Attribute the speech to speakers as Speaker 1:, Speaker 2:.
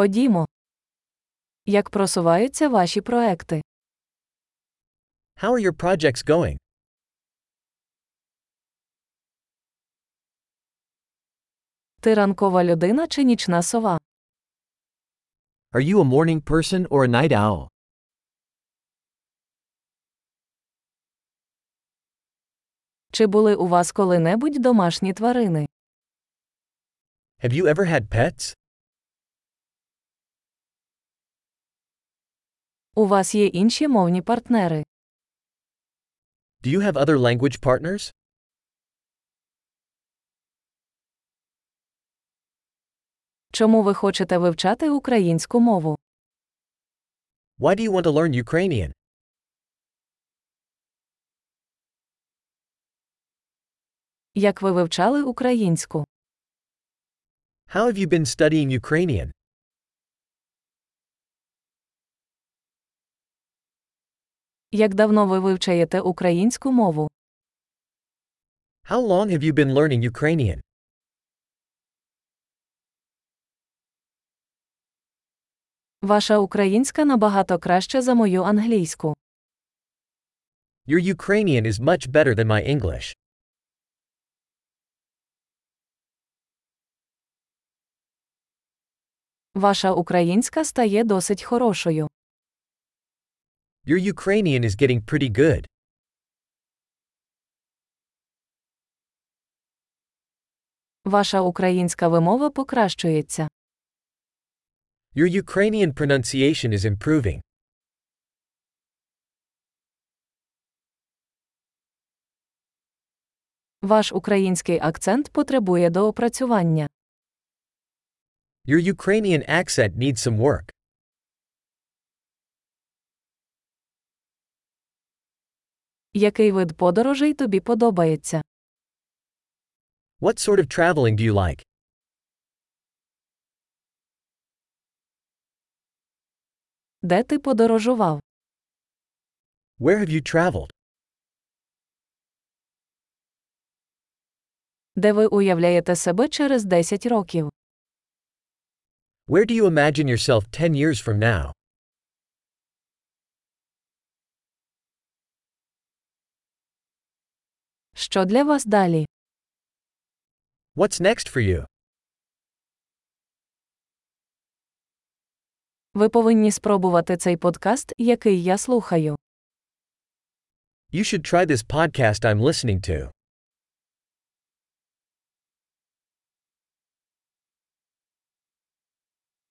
Speaker 1: Ходімо. Як просуваються ваші проекти?
Speaker 2: How are your projects going?
Speaker 1: Ти ранкова людина чи нічна сова?
Speaker 2: Are you a morning person or a night owl?
Speaker 1: Чи були у вас коли-небудь домашні тварини?
Speaker 2: Have you ever had pets?
Speaker 1: У вас є інші мовні партнери?
Speaker 2: Do you have other language partners?
Speaker 1: Чому ви хочете вивчати українську мову?
Speaker 2: Why do you want to learn Ukrainian?
Speaker 1: Як ви вивчали українську?
Speaker 2: How have you been studying Ukrainian?
Speaker 1: Як давно ви вивчаєте українську мову?
Speaker 2: How long have you been learning Ukrainian?
Speaker 1: Ваша українська набагато краще за мою англійську.
Speaker 2: Your Ukrainian is much better than my English.
Speaker 1: Ваша українська стає досить хорошою.
Speaker 2: Your Ukrainian is getting pretty good.
Speaker 1: Ваша українська вимова покращується.
Speaker 2: Your Ukrainian pronunciation is improving.
Speaker 1: Ваш український акцент потребує доопрацювання.
Speaker 2: Your Ukrainian accent needs some work.
Speaker 1: Який вид подорожей тобі подобається?
Speaker 2: What sort of traveling do you like?
Speaker 1: Де ти подорожував?
Speaker 2: Where have you traveled?
Speaker 1: Де ви уявляєте себе через 10 років?
Speaker 2: Where do you imagine yourself 10 years from now?
Speaker 1: Що для вас далі?
Speaker 2: What's next for you?
Speaker 1: Ви повинні спробувати цей подкаст, який я слухаю.
Speaker 2: You should try this podcast I'm listening to.